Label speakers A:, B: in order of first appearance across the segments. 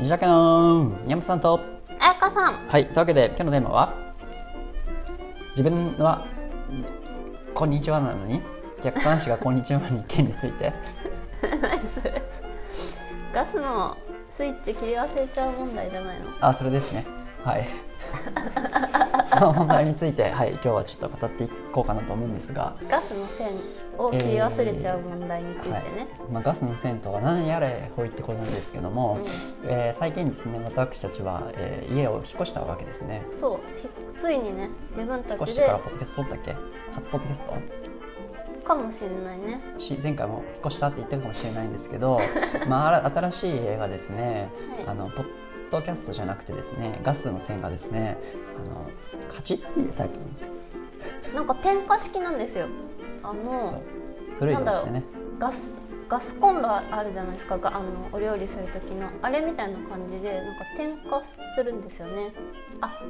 A: ジャケの宮本さんと
B: あやかさん
A: はいというわけで今日のテーマは自分は「こんにちは」なのに客観視が「こんにちは」に件について
B: 何それガスのスイッチ切り忘れちゃう問題じゃないの
A: あそれですねはいその問題についてはい今日はちょっと語っていこうかなと思うんですが
B: ガスの線を切り忘れちゃう問題についてね、
A: はいまあ、ガスの銭湯は何やれほいってことなんですけども、えー最近ですね私たちは、えー家を引っ越したわけですね
B: うん、そうひついにね自分
A: 引
B: た
A: っ越
B: ち
A: してから
B: で
A: ポッドキャスト撮ったっけ初ポッドキャスト
B: かもしれないね
A: し前回も引っ越したって言ってるかもしれないんですけど、まああら、新しい家がですね、
B: はい
A: あのポッドキャストじゃなくてですねガスの線がですねあのカチッっていうタイプなんですよ、
B: なんか点火式なんですよ
A: そ
B: あ
A: う
B: の
A: 古いのでしてね
B: ガスガスコンロあるじゃないですかがあのお料理する時のあれみたいな感じでなんか点火するんですよねあ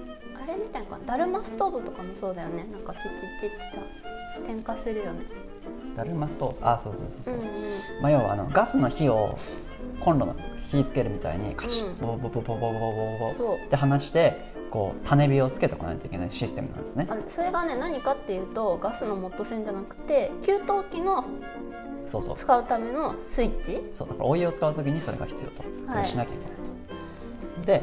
B: あれみたいな感じだるまストーブとかもそうだよねなんかチッチッチッってさ点火するよね
A: だるまストーブあそうそうそう
B: う
A: そう、
B: んうん
A: まあ、要はあのガスの火をコンロの火つけるみたいにカチ
B: うん
A: ッボボボボボボボボボ
B: そう
A: って離してこう種火をつけておかないといけないシステムなんですね
B: あそれがね何かっていうとガスのモット線じゃなくて給湯器の
A: そうそう
B: 使うためのスイッチ
A: そうだからお湯を使う時にそれが必要とそれをしなきゃいけない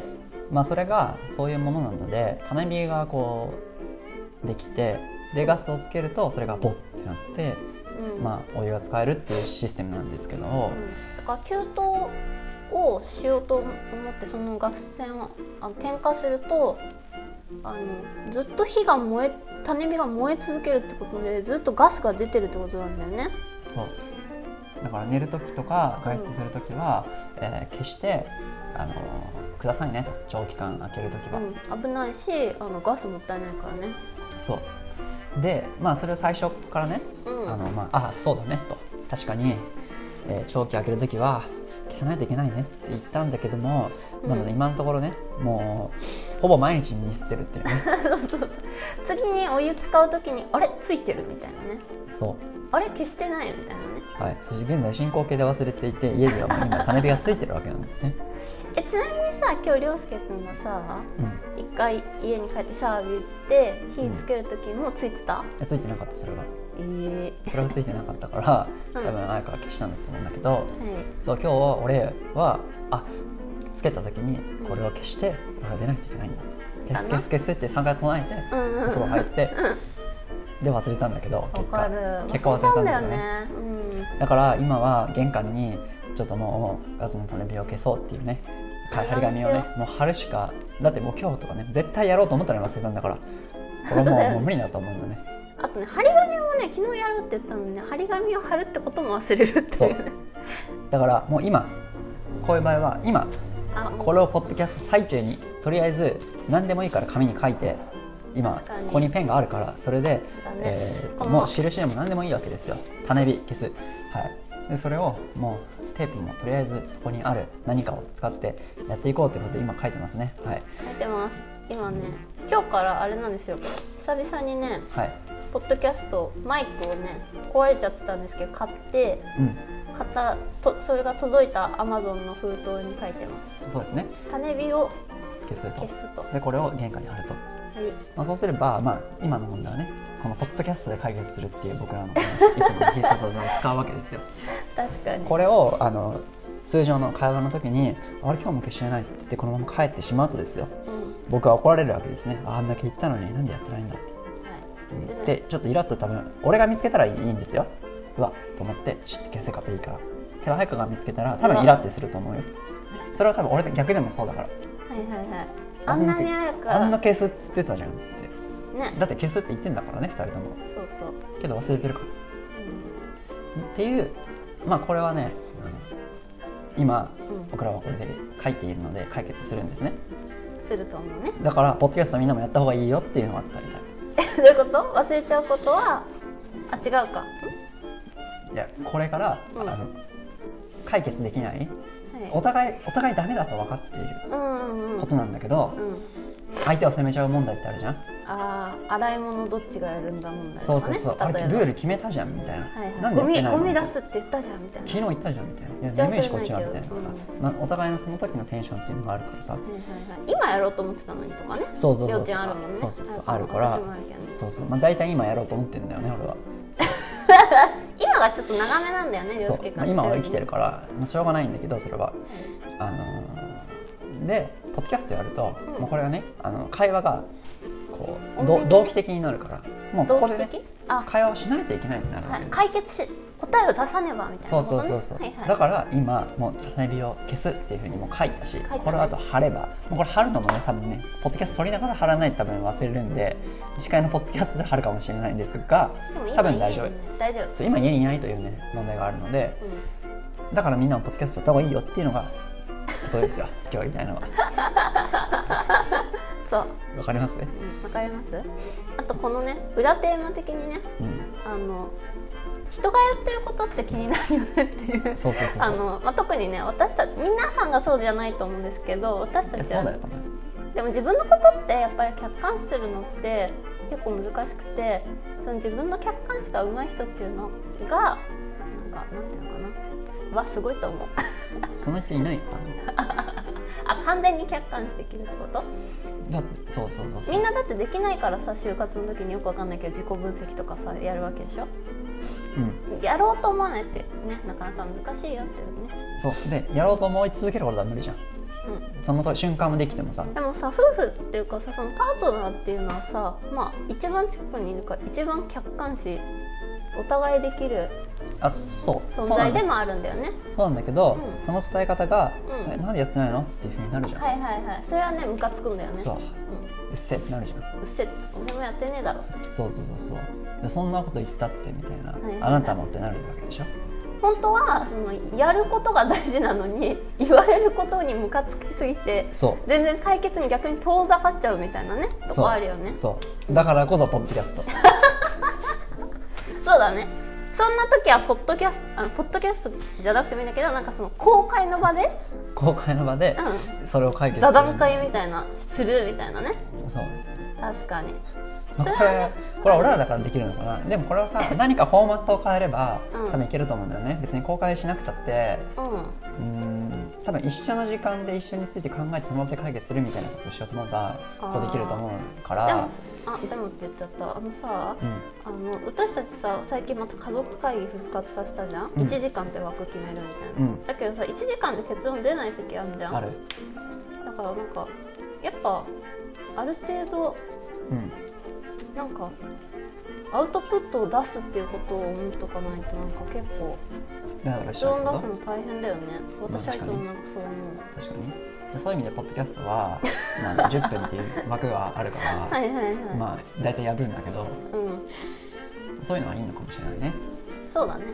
A: と、で、まあ、それがそういうものなので種火がこうできてでガスをつけるとそれがボッってなって、
B: うん
A: まあ、お湯が使えるっていうシステムなんですけど、
B: うんだから給湯をしようと思ってそのガス栓をあの点火するとあのずっと火が燃え種火が燃え続けるってことでずっとガスが出てるってことなんだよね
A: そうだから寝る時とか外出する時は、えー消して、あのーくださいねと長期間開ける時は、
B: うん、危ないしあのガスもったいないからね
A: そうでまあそれを最初からね
B: うん
A: あのまあ、あそうだねと確かに、えー長期開ける時は消さないといけないねって言ったんだけども、
B: うん
A: なので今のところねもうほぼ毎日ミスってるっていう ね
B: そうそう次にお湯使う時にあれついてるみたいなね
A: そ
B: あれ消してないみたいなね
A: う、はい、そして現在進行形で忘れていて家ではもう今種火がついてるわけなんですね、
B: えちなみにさ今日涼介君がさ
A: うん
B: 一回家に帰ってシャワー浴びて火つける時もついてた、
A: え、ついてなかったそれが
B: え
A: それがついてなかったから
B: う
A: 多
B: ん
A: 分あやかが消したんだと思うんだけど
B: えはい
A: そう今日は俺はあつけた時にこれを消してこれが出ないといけないんだと消す消す消すって3回唱えて
B: うん
A: お
B: うん
A: 風呂入ってで忘れたんだけど
B: わかる
A: 結果
B: 忘れちゃ
A: 忘
B: う
A: れたん
B: んだよ
A: だよね
B: ねうん
A: だから今は玄関にちょっともうガスの種火を消そうっていうね張り紙を
B: 張り
A: ねもう貼るしかだってもう今日とかね絶対やろうと思ったのに忘れたんだからこれもうもう無理だと思うんだね
B: あとね張り紙もね昨日やるって言ったのにね張り紙を貼るってことも忘れるっていうね
A: だからもう今こういう場合は今
B: あもう
A: これをポッドキャスト最中にとりあえず何でもいいから紙に書いて今
B: 確かに
A: ここにペンがあるからそれで、
B: だね
A: えー
B: この
A: もう印でも何でもいいわけですよ種火消す、はい、でそれをもうテープもとりあえずそこにある何かを使ってやっていこうということで今書いてますねはい、
B: 書いてます今ね今日からあれなんですよ久々にね
A: はい
B: ポッドキャストマイクをね壊れちゃってたんですけど買って
A: うん、
B: 買ったとそれが届いたアマゾンの封筒に書いてま
A: そうですね
B: す種火を
A: 消す
B: 消
A: と
B: すと、は
A: でこれを玄関に貼ると、
B: い
A: まあ、そうすれば、まあ、今の問題はねこのポッドキャストで解決するっていう僕らのこのいつもの必殺技を使うわけですよ
B: 確かに
A: これをあの通常の会話の時に「あれ今日も消してない」って言ってこのまま帰ってしまうとですよ
B: うん
A: 僕は怒られるわけですねあんだけ言ったのになんでやってないんだって
B: はいでね
A: でちょっとイラッと多分俺が見つけたらいいんですようわっと思ってシュッて消せばいいからけど早くが見つけたら多分イラッてすると思うよそれは多分俺と逆でもそうだから
B: はいはいはいあんなに早く
A: あんな消すっつってたじゃんっつって
B: ね
A: だって消すって言ってんだからね2人とも
B: そうそう、
A: けど忘れてるからっていうまあこれはねあの今
B: うんうん、
A: 僕らはこれで書いているので解決するんですね
B: すると思うね
A: だからポッドキャストみんなもやった方がいいよっていうのは伝えた
B: どういうこと忘れちゃうことはあ違うかん
A: いいやこれから、
B: うん
A: あの解決できない
B: はい
A: お互いお互いダメだと分かっている
B: うんうんうん
A: ことなんだけど、
B: うん
A: 相手を責めちゃう問題ってあるじゃん、
B: ああ洗い物どっちがやるんだ問題
A: そ
B: と
A: う
B: か
A: そう
B: ね
A: そうあ
B: 例
A: れ
B: え
A: ル
B: ば
A: ール決めたじゃんみたいな、
B: はい
A: な
B: は
A: んでやっ
B: い、ゴ
A: て
B: ミ
A: ない
B: ゴ
A: の
B: ミ出すって言ったじゃんみたいな、
A: 昨日行ったじゃんみたいない
B: じゃ
A: や
B: あ
A: リベージこっちがみたいなさ
B: それないけ、
A: なお互いのその時のテンションっていうのがあるからさ
B: はいはいはい、今やろうと思ってたのにとかね
A: そうそうそ
B: 幼
A: うそう
B: 稚園あるもんね
A: そうそうそう
B: あ
A: あるから
B: 私もあるけどね
A: そうそうまあ大体今やろうと思ってんだよね俺は
B: 今がちょっと長めなんだよね
A: そ
B: 涼介
A: う、
B: か
A: まあ
B: ら
A: 今は生きてるから、まあ、しょうがないんだけどそれはあのーでポッドキャストやると、
B: うん
A: もうこれはねあの会話がこう
B: 多め
A: ど
B: に
A: 同期的になるからもうこ
B: 同
A: こ
B: 期
A: でね
B: 的あ、
A: 会話をしないといけないってなるわ
B: は
A: け
B: い、
A: ですよ
B: 解決し答えを出さねばみたい
A: そ
B: なこ
A: う
B: と
A: そ
B: ね
A: うそうそう、
B: はいはい、
A: だから今もうチャネルを消すっていうふうにもう書いたし
B: たね
A: これあと貼ればもうこれ貼るのもね多分ねポッドキャスト撮りながら貼らないと多分忘れるんで次回のポッドキャストで貼るかもしれないんですが
B: でも今
A: 多分大丈夫
B: いいよね大丈夫、
A: そう今家にいないというね問題があるのでだからみんなもポッドキャストやった方がいいよっていうのがことですよ今日言いたいのは
B: うん、そう
A: わかります
B: うんわかりますあとこのね裏テーマ的にね
A: うん
B: あの人がやってることって気になるよねっていう
A: そうそうそうそう
B: あの、まあ、特にね私た皆さんがそうじゃないと思うんですけど私
A: い
B: た
A: や
B: ち
A: そうだよ
B: は
A: 多分
B: でも自分のことってやっぱり客観視するのって結構難しくてその自分の客観視が上手い人っていうのがなんかなんていうのかなすはすごいと思う
A: その人いないかな
B: あ完全に客観視できるってこと
A: だってそうそうそうそう
B: みんなだってできないからさ就活の時によくわかんないけど自己分析とかさやるわけでしょ
A: うん
B: やろうと思わないってねなかなか難しいよっていうね、
A: そうでやろうと思い続けることは無理じゃん
B: うん、
A: その瞬間もできてもさ
B: でもさ夫婦っていうかさそのパートナーっていうのはさまあ一番近くにいるから一番客観視お互いできる
A: あそうそ
B: 存
A: うな
B: 在
A: んだ
B: でもあるんだよね
A: そうなんだけど、
B: うん
A: その伝え方が、
B: うん
A: えなんでやってないのっていうふうになるじゃん、
B: はいはいはいそれはねムカつくんだよね
A: そう
B: うん、う
A: うっせってなるじゃん
B: っせ俺もやってねえだろ
A: そうそうそうそうでそんなこと言ったってみたいな、
B: いはいはい
A: あなたもってなるわけでしょ
B: 本当はそのやることが大事なのに 言われることにムカつきすぎて
A: そ
B: 全然解決に逆に遠ざかっちゃうみたいなね
A: う
B: と
A: そう
B: こあるよね
A: そうだからこそポッドキャスト
B: そうだねそんな時はポッドキャストあポッドキャストじゃなくてもいいんだけどなんかその公開の場で、
A: 公開の場で
B: うん、
A: それを解決す
B: 座
A: る
B: 談会みたいなするみたいなね
A: そう、
B: 確かに
A: まあ、
B: それは
A: これこれは俺らだからできるのかなでもこれは さ何かフォーマットを変えれば、
B: うん
A: 多分いけると思うんだよね別に公開しなくたって
B: う
A: うーん多分一緒の時間で一緒について考えてその場で解決するみたいなことをしようと思えばこうできると思うか
B: んで
A: ら
B: もあでもって言っちゃったあのさ
A: うん
B: あの私たちさ最近また家族会議復活させたじゃん、
A: うん
B: 1時間って枠決めるみたいな、
A: うん
B: だけどさ1時間で結論出ない時あるじゃん
A: ある
B: だからなんかやっぱある程度
A: うん
B: なんかアウトプットを出すっていうことを思っとかないとなんか結構
A: だからし
B: 結
A: ゃる
B: 論
A: こ
B: 出す
A: と
B: の大変だよね私はいつもなんかそう思
A: 確かにじゃあそういう意味でポッドキャストは、 まあ、10分っていう枠があるから、
B: うはいはいはい、
A: まあ大体やるんだけど
B: うん
A: そういうのはいいのかもしれないね
B: そうだね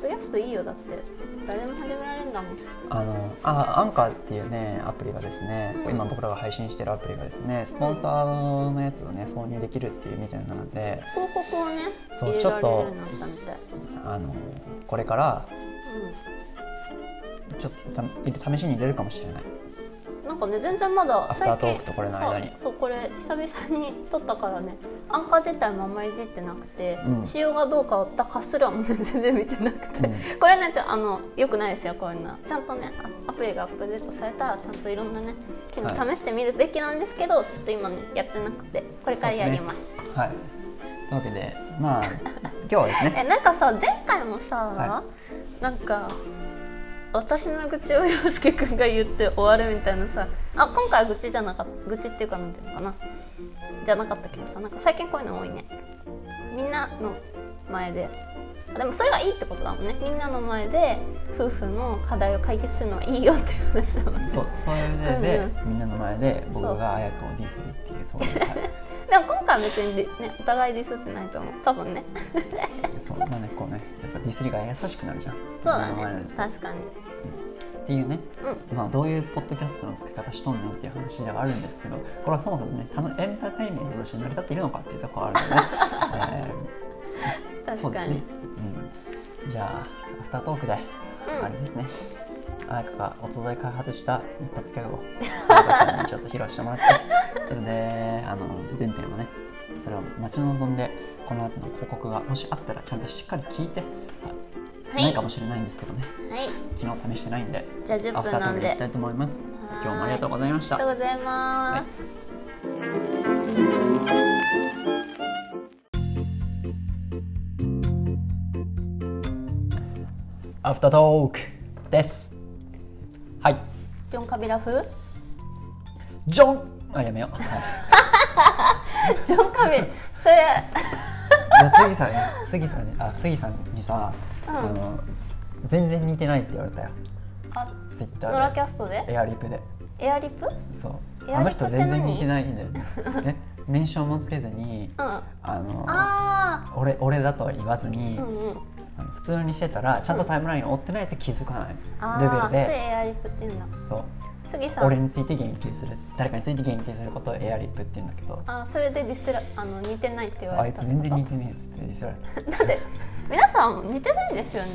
B: とやすといいよだって誰でも始められるんだもん
A: あのあアンカーっていうねアプリがですね、
B: うん
A: 今僕らが配信してるアプリがですねスポンサーのやつをね挿入できるっていうみたいなので
B: 広告をね
A: そう
B: 入れ
A: ちょ
B: ら
A: っ
B: れるよ
A: と
B: うになったみたい、
A: あのこれから
B: うん
A: ちょっとた試しに入れるかもしれない
B: なんかね全然まだ
A: アフタートークとこれの間に
B: そうそうこれ久々に撮ったからねアンカー自体もあんまりいじってなくて、
A: うん
B: 仕様がどう変わったかすらもね全然見てなくて、
A: う
B: これねちょあのよくないですよこういうのちゃんとねあアプリがアップデートされたらちゃんといろんなね機能
A: は
B: 試してみるべきなんですけど、ちょっと今ねやってなくてこれからやります
A: はいというわけで まあ今日はですね
B: えなんかさ前回もさ、
A: は
B: なんか私の愚痴を洋介くんが言って終わるみたいなさあ今回は愚痴じゃなかった愚痴っていうかなんていうのかなじゃなかったけどさなんか最近こういうの多いねみんなの前であでもそれがいいってことだもんねみんなの前で夫婦の課題を解決するのがいいよっていう話だもんね
A: そうそれで、
B: うん
A: みんなの前で僕が綾香をディスるっていうそういう回
B: でも今回は別にディねお互いディスってないと思う多分ね
A: そうまあねこうねやっぱディスりが優しくなるじゃん
B: そうだ
A: みんなの前
B: ね
A: で
B: 確かに
A: っていうね
B: うん
A: まあどういうポッドキャストの付け方しとんねんっていう話ではあるんですけどこれはそもそもねたのエンターテインメントとして成り立っているのかっていうところは あるので、えーそう
B: 確
A: で
B: か
A: す
B: に
A: ね、うん、じゃあアフタートークで
B: うん
A: あれですね、彩香がおととい開発した一発ギャグ を彩香さんにちょっと披露してもらってそれであの前編をねそれを待ち望んでこの後の広告がもしあったらちゃんとしっかり聞いて、
B: はい
A: ないかもしれないんですけどね
B: はい
A: 昨日試してないんで
B: じゃあ10
A: アフ
B: 分
A: タート
B: な
A: ー
B: ん
A: ク
B: で
A: でいきたいと思います
B: はーい
A: 今日もありがとうございまし
B: あ
A: た
B: りがとうございます、
A: アフタートークですはい
B: ジョン・カビラ風
A: ジョンあやめようは
B: ジョ ン・カビそれ
A: いいや杉さんに杉さんにあ杉さんにさ、
B: うん
A: あの全然似てないって言われたよ
B: あ
A: ツイッタ
B: ノラキ
A: ー
B: ャスト
A: で
B: で
A: エアリプで
B: エアリップうん
A: そう
B: エア
A: あの
B: リプ
A: 人
B: って
A: 全
B: 何
A: 然似てないんだよねえメンションもつけずに
B: あ
A: あの
B: あ
A: 俺俺だとは言わずに、
B: ーうんうん
A: あの普通にしてたらちゃんとタイムライン追ってないと気づかないレ
B: ああ
A: ベル
B: それ
A: で
B: エアリップって言うんだ
A: そう
B: 杉さん
A: 俺について言及する誰かについて言及することをエアリップって言うんだけど
B: あそれでディスらあの似てないって言
A: そう
B: わ
A: あ
B: れ
A: い
B: た
A: つ
B: って
A: 全然
B: こと
A: 似てねえっつって言いそれ
B: だって皆さん似てないですよね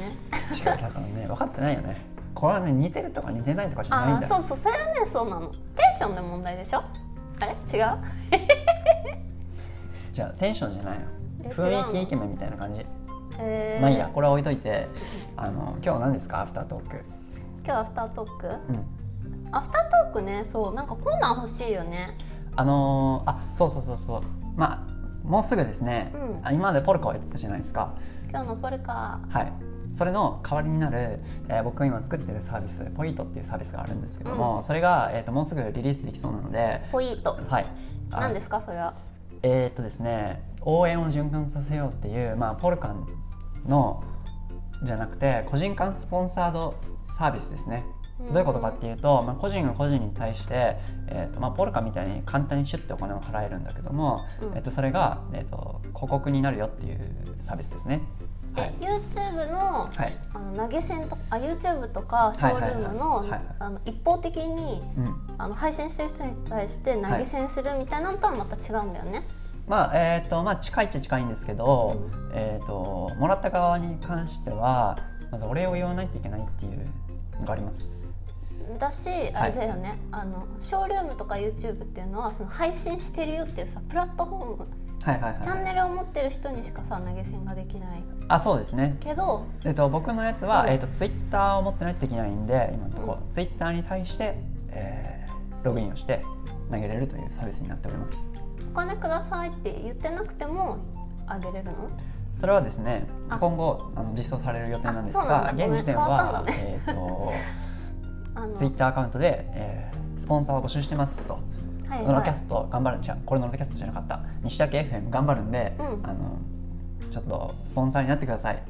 A: 違うだからね分かってないよねこれはね似てるとか似てないとかじゃない
B: あ
A: ん
B: あ
A: だ
B: そう
A: よ
B: そうそれはねそうなのテンションの問題でしょあれ違う
A: じゃあテンションじゃないよ
B: え
A: 雰囲
B: 違うの
A: 気イケメンみたいな感じ
B: えー
A: まあいいやこれは置いといてあの今日何ですかアフタートーク
B: 今日アフタートーク
A: うん
B: アフタートークねそうなんかコーナー欲しいよね
A: あのーあそうそうそうそうまあもうすぐですね、
B: うん
A: あ今までポルカをやってたじゃないですか
B: 今日のポルカ
A: はいそれの代わりになる、えー僕が今作ってるサービスポイントっていうサービスがあるんですけども、
B: う
A: それが、えー、ともうすぐリリースできそうなので
B: ポイント
A: はいあ
B: 何ですかそれは
A: えーっとですね応援を循環させようっていう、まあ、ポルカンのじゃなくて個人間スポンサードサービスですね
B: うん
A: どういうことかっていうと、まあ、個人が個人に対して、えーっとまあ、ポルカみたいに簡単にシュッてお金を払えるんだけども、
B: うん
A: えーっとそれが、えーっと広告になるよっていうサービスですね。
B: え、
A: はい
B: YouTube の,、
A: はい
B: あの投げ銭とあ YouTube とかショールー
A: はいはいはいはいは
B: ム
A: い
B: のあの一方的に
A: うん
B: あの配信してる人に対して投げ銭するみたいなのとはまた違うんだよね、
A: まあえーとまあ、近いっちゃ近いんですけど、
B: う
A: えー、ともらった側に関してはまずお礼を言わないといけないっていうのがあります。
B: だしあれだよね、あのショールームとか YouTube っていうのはその配信してるよっていうさプラットフォーム
A: はいはいはい、
B: チャンネルを持ってる人にしかさ投げ銭ができない
A: あそうですね、
B: けど
A: えー、と僕のやつは、
B: うん
A: えー、とツイッターを持ってないといけないんで今のところ、
B: う
A: ツイッターに対して、えーログインをして投げれるというサービスになっております
B: お金くださいって言ってなくてもあげれるの
A: それはですね
B: あ
A: 今後あの実装される予定なんです
B: あそうな
A: が
B: んだご
A: 現
B: めん
A: 時点
B: 変わった
A: は、
B: んだね
A: えー、 と
B: あの
A: ツイッターアカウントで、えースポンサーを募集してますと。
B: はい
A: ノラ
B: は
A: キャス
B: い
A: ト頑張るんちゃうこれノラキャストじゃなかった西竹 FM 頑張るんで、
B: うん
A: あのちょっとスポンサーになってください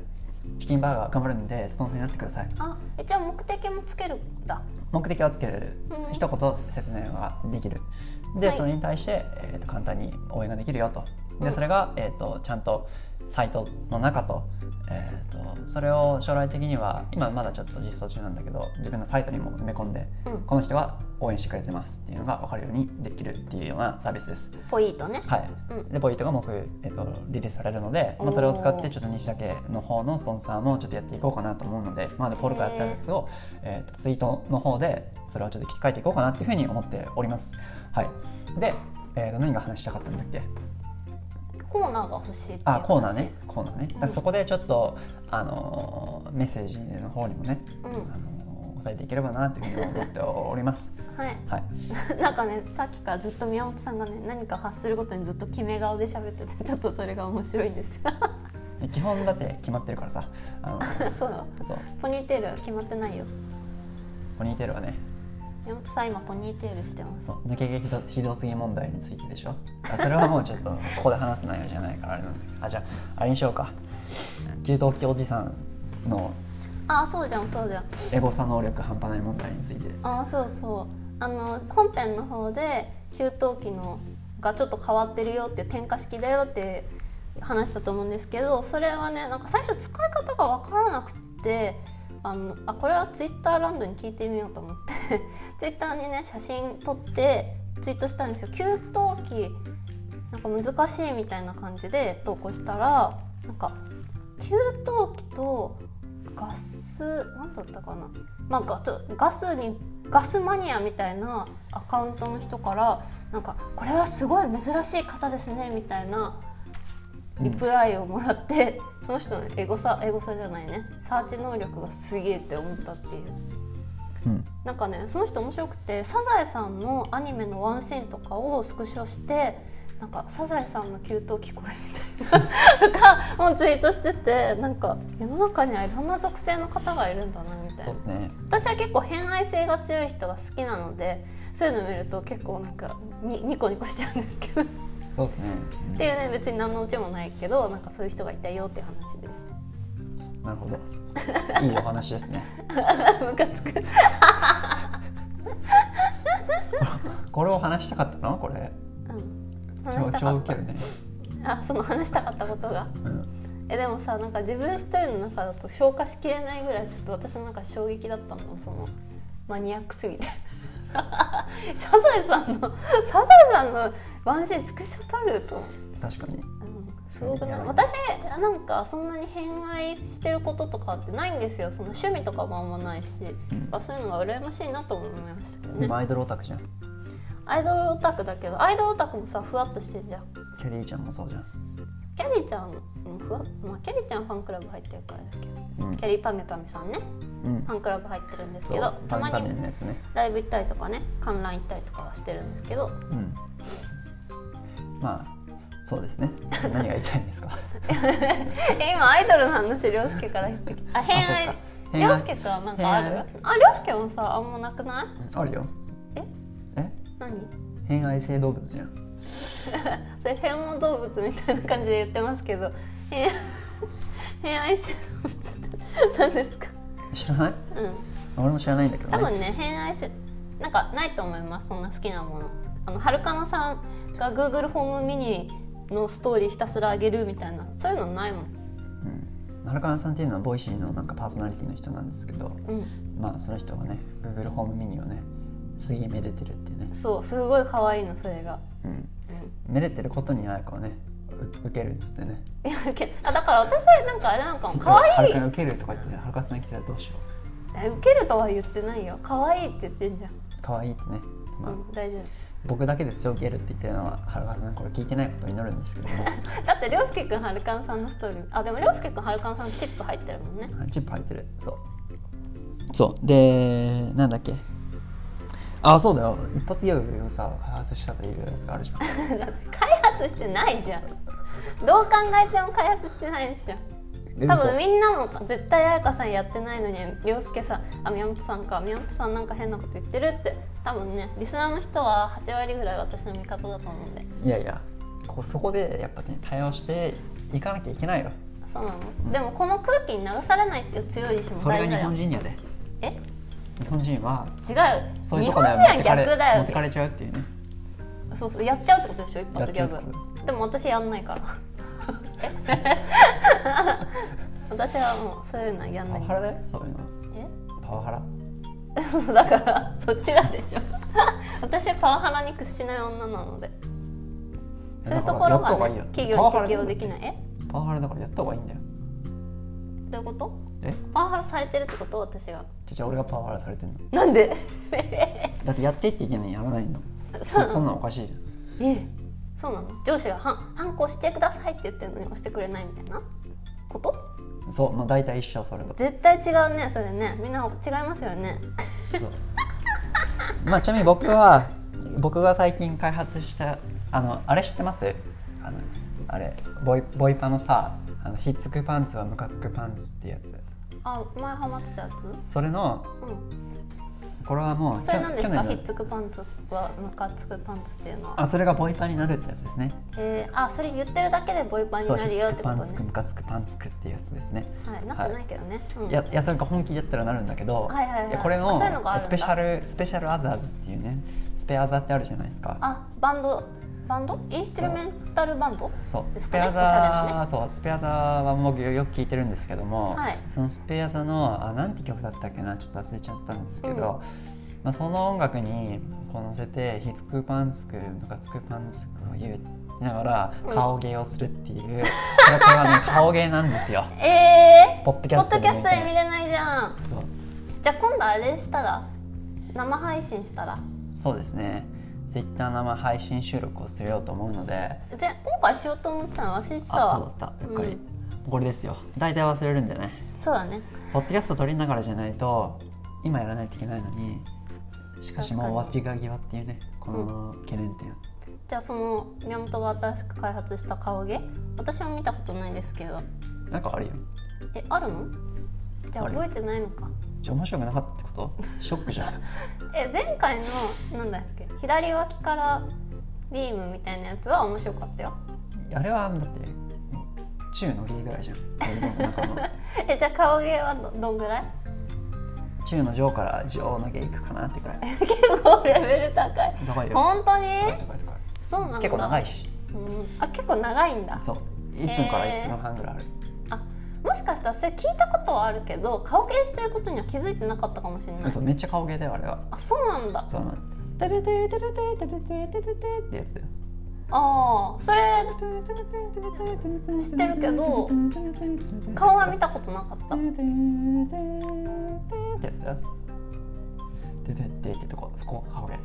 A: チキンバーガー頑張るんでスポンサーになってください
B: あ一応目的もつけるんだ
A: 目的はつけられる、
B: うん
A: 一言説明ができるで、
B: はい
A: それに対して、えーと簡単に応援ができるよと
B: う
A: で
B: ん
A: それが、えー、とちゃんとサイトの中と,、えー、とそれを将来的には今まだちょっと実装中なんだけど自分のサイトにも埋め込んで、
B: うん
A: この人は応援してくれてますっていうのが分かるようにできるっていうようなサービスです
B: ポイントね
A: はい、
B: うん
A: でポイントがもうすぐ、えっとリリースされるので、ま
B: お
A: あ、
B: ー
A: それを使ってちょっと西岳の方のスポンサーもちょっとやっていこうかなと思うので、まあ、でポルカやったやつを、えっとツイートの方でそれをちょっと切り替えていこうかなっていうふうに思っております。はい、で、えっと何が話したかったんだっけ
B: コーナーが欲しいっていう
A: あ
B: 話
A: コーナーねコーナーね、だから
B: うん
A: そこでちょっと、あのーメッセージの方にもね、
B: う
A: あ
B: ん
A: のー答えていければなというふうに思っております。
B: はい
A: はい
B: なんかねさっきからずっと宮本さんがね何か発するごとにずっと決め顔で喋って てちょっとそれが面白いんですよ
A: 基本だって決まってるからさあの
B: そう
A: そう
B: ポニーテール決まってないよ
A: ポニーテールはね
B: 宮本さん今ポニーテールしてます
A: そう抜け毛ひどひどすぎ問題についてでしょあそれはもうちょっとここで話す内容じゃないからあれなんだけどあじゃああれにしようか給湯器おじさんの
B: ああそうじゃんそうじゃん
A: エゴサ能力半端ない問題について
B: あーそうそうあの本編の方で給湯器のがちょっと変わってるよっていう添加式だよって話したと思うんですけどそれはねなんか最初使い方が分からなくってあのあこれはツイッターランドに聞いてみようと思って ツイッターにね写真撮ってツイートしたんですよ給湯器なんか難しいみたいな感じで投稿したらなんか給湯器とガスなんだったかな、まあ、ガとガスにガスマニアみたいなアカウントの人からなんかこれはすごい珍しい方ですねみたいなリプライをもらって、その人のエゴサエゴサじゃないねサーチ能力がすげえって思ったっていう
A: うん
B: なんかねその人面白くて「サザエさん」のアニメのワンシーンとかをスクショしてなんか「サザエさんの給湯聞こえ」みたいなとかもうツイートしててなんか世の中にはいろんな属性の方がいるんだなみたい
A: そう
B: な
A: ですね
B: 私は結構偏愛性が強い人が好きなのでそういうの見ると結構なんかにニコニコしちゃうんですけどっ
A: そうですね、うん
B: ていうね別に何のうちもないけどなんかそういう人がいたよっていう話です
A: なるほ どいいお話ですね
B: ムカつく
A: これを話したかったのこれ
B: うん
A: 超
B: 話した
A: 超
B: か
A: ウ
B: っ
A: ケるね、
B: たあその話したかったことが
A: うん、
B: えでもさなんか自分一人の中だと消化しきれないぐらいちょっと私の中衝撃だったのそのマニアックすぎて サザエさんのサザエさんのワンシーンスクショ撮ると思って
A: 確かに
B: うんすごくない私なんかそんなに偏愛してることとかってないんですよその趣味とかもあんまないし、
A: うん
B: なん、そういうのが羨ましいなとも思いましたけど
A: でも
B: ね
A: アイドルオタクじゃん
B: アイドルオタクだけどアイドルオタクもさふわっとしてんじゃん
A: キャリーちゃんもそうじゃん、
B: キャリーちゃんもふわまあキャリーちゃんファンクラブ入ってるからだけど
A: うん
B: キャリーパミュパミュさんね
A: うん
B: フ、ァンクラブ入ってるんです
A: そ
B: けど
A: う
B: た
A: パ
B: ま
A: ンパ
B: に
A: ネのやつね
B: ライブ行ったりとかね観覧行ったりとかはしてるんですけど
A: うんまあそう ですね何が言いたいんですか
B: え今アイドルの話涼介から言ってきあ偏
A: あ
B: 愛
A: そうか
B: 涼介とはなんかある
A: 偏愛
B: あ涼介もさあんまなくない
A: あるよ
B: え
A: え
B: 何
A: 偏愛性動物じゃん
B: それ変物動物みたいな感じで言ってますけど偏偏愛性動物って何ですか
A: 知らない
B: うん
A: 俺も知らないんだけど、ね、
B: 多分ね偏愛性なんかないと思いますそんな好きなものあのはるかなさんが Google ホームミニのストーリーひたすら上げるみたいなそういうのないもん
A: うん、はるかなさんっていうのはボイシーのなんかパーソナリティの人なんですけど
B: うん
A: まあその人がね Google ホームミニをね次めでてるっていうね、
B: そうすごい可愛いのそれが、
A: うん、
B: う
A: めでてることにあやかをねう受けるっつってね
B: ん、いやけ あだから私はなんかあれなんかも可
A: は
B: 愛
A: る
B: い
A: かに受けるとか言ってねはるかさんに来てたらどうしよう
B: え受けるとは言ってないよ可愛いって言ってんじゃん、
A: 可愛いってねまあ、
B: うん、大丈
A: 僕だけで強受けるって言ってるのははるかさんこれ聞いてないことになるんですけども
B: 夫だって涼介くんはるかなさんのストーリーあでも涼介くんはるかなさんチップ入ってるもんね
A: はいチップ入ってるそうそうでなんだっけあそうだよ一発ギャグをさ開発したというやつがあるじゃん
B: だって開発してないじゃんどう考えても開発してないじゃん
A: え
B: 多
A: 嘘
B: 分みんなも絶対彩香さんやってないのに涼介さんあ宮本さんか宮本さんなんか変なこと言ってるって多分ねリスナーの人は8割ぐらい私の味方だと思うんで
A: いやいやこうそこでやっぱね対応していかなきゃいけないよ
B: そうなのでもこの空気に流されないっていう強い意志も
A: それが
B: 大事
A: 日
B: だよ
A: 本人やで
B: え
A: 日本人は
B: 違
A: そう
B: う
A: いう
B: 日
A: とこ
B: 本
A: で
B: 人
A: 持ってか
B: は
A: れ
B: 逆だ
A: 持
B: よ
A: ってかれちゃうっていうね
B: そうそうやっちゃうってことでしょ一発ギャ
A: やっちゃうって
B: グでも私やんないから え 私はもうそういうのはやん
A: パ
B: な
A: ワ
B: い
A: ハラだよそういうのは
B: え
A: パワハラ
B: そう だからそっちがでしょ 私はパワハラに屈しない女なのでそういうところ
A: やった方が
B: が,、
A: いい
B: ね
A: よ、
B: 企
A: パ
B: 業
A: ワハ
B: に
A: ラ
B: 適用できないえ
A: パワハラだからやった方がいいんだよ
B: どういうこと
A: え
B: パワハラされてるってこと私が
A: じゃあ俺がパワハラされてんの
B: なんで
A: だってやってって言ってんのにやらないんだもん
B: そうな
A: そん
B: の
A: なんおかしいじゃん
B: えそうなの上司が反反抗してくださいって言ってるのに押してくれないみたいなこと
A: そう、まあ、大体一緒それと
B: 絶対違うねそれねみんな違いますよね
A: そうまあちなみに僕は僕が最近開発したあのあれ知ってますあのあれボイボイパのさあのひっつくパンツはムカつくパンツってやつ
B: あ前ハマってたやつ
A: それの
B: うん
A: これはもう
B: それなんですか
A: 去
B: ひ
A: 年
B: っ
A: の
B: つくパンツはムカつくパンツっていうのは
A: あそれがボイパになるってやつですね
B: えー、あそれ言ってるだけでボイパンに
A: そう
B: な
A: ひ
B: る
A: っ
B: よ
A: つ
B: っ
A: く
B: てこ
A: パン
B: と
A: ツ
B: ね
A: くムカつくパンツくってやつですね
B: はいなってないけどね、うん
A: いやいやそれが本気でやったらなるんだけど、
B: はいはいはい
A: やこれ
B: あそういうのがあ
A: の
B: るんだ
A: スペシャルスペシャルアザーズっていうねスペアザーってあるじゃないですか
B: あバンドバンドインストゥルメンタルバンド
A: そう
B: です
A: スペ
B: かね
A: アザ
B: おしゃれ
A: ー、そうスペアザーはもうよく聞いてるんですけども、
B: はい
A: そのスペアザーのあなんて曲だったっけなちょっと忘れちゃったんですけど、まあ、その音楽にこう乗せて「ひつくパンつくムカつくパンつく」を言いながら
B: うん
A: 顔芸をするっていう、これこれは ね顔芸なんですよ
B: え
A: ポッドキ
B: ー、
A: ャ
B: ポ
A: ス
B: ッ
A: ト
B: ド
A: で
B: キ
A: 見
B: ャ
A: て
B: ストで見れないじゃん
A: そう
B: じゃあ今度あれしたら生配信したら
A: そうですね Twitter 生配信収録をするようと思うので
B: で今回しようと思ってたの忘れてた
A: あそう
B: わ
A: だったうっかり、
B: うん
A: これですよ大体忘れるんでね
B: そうだね
A: ポッドキャスト撮りながらじゃないと今やらないといけないのにしかしもう終わりが際っていうねこの懸念点、
B: じゃあその宮本が新しく開発した顔芸私は見たことないですけど
A: なんかあるよ
B: えあるのじゃあ
A: ある
B: 覚えてないのか
A: じゃあ面白くなかったってことショックじゃん
B: え前回のなんだっけ左脇からビームみたいなやつは面白かったよ
A: あれはだって中のリーぐらいじゃ ん中の
B: えじゃあ顔芸はどどんぐらい
A: 中の上から上の下いくかなってくらい
B: 結構レベル高い
A: 高いよ
B: 本当
A: 高い高
B: に
A: い高い
B: そうなんだ
A: 結構長
B: い、
A: いし
B: うん、あ結構長いんだ
A: そう1分から1分半ぐらいある、
B: あもしかしたらそれ聞いたことはあるけど顔芸してることには気づいてなかったかもしれない
A: そうめっちゃ顔芸だよあれは
B: あそうなんだ
A: そうなのテレテテレテテレテテレテってやつだよ
B: ああそれ
A: 知
B: 知ってるけど顔は見たことなかった
A: ってやつだよでででってとこそこが顔芸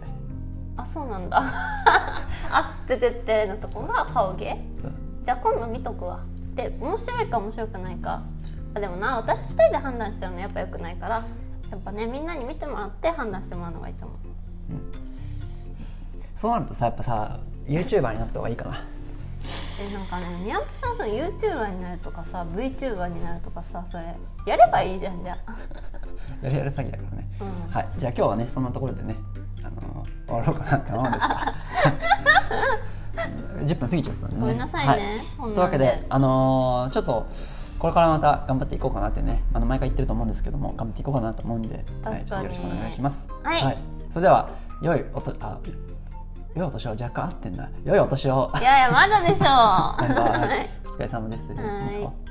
B: あそうなんだ あっててってのとこが顔芸
A: そう
B: じゃあ今度見とくわで面白いか面白くないかあでもな私一人で判断しちゃうのやっぱ良くないからやっぱねみんなに見てもらって判断してもらうのがいいと思う
A: そうなるとさやっぱさ YouTuber になった方がいいかな
B: えなんかね宮本さんその YouTuber になるとかさ VTuber になるとかさそれやればいいじゃんじゃあ、
A: やるやる詐欺だからね
B: うん
A: はいじゃあ今日はねそんなところでねあの終わろうかなって思うんですが10分過ぎちゃったんでね
B: ごめんなさい
A: は
B: ね、こ
A: と
B: ん
A: い
B: な
A: うんわけで、あのーちょっとこれからまた頑張っていこうかなってねあの毎回言ってると思うんですけども頑張っていこうかなと思うんで、はい、
B: 確
A: ちょっとよ
B: かに
A: ろしくお願いします。
B: はい
A: それでは良いおとあ良いお年を若干合ってんな良いお年を。
B: いやいやまだでしょ
A: バイバイ
B: はい
A: お疲れ様です。
B: はい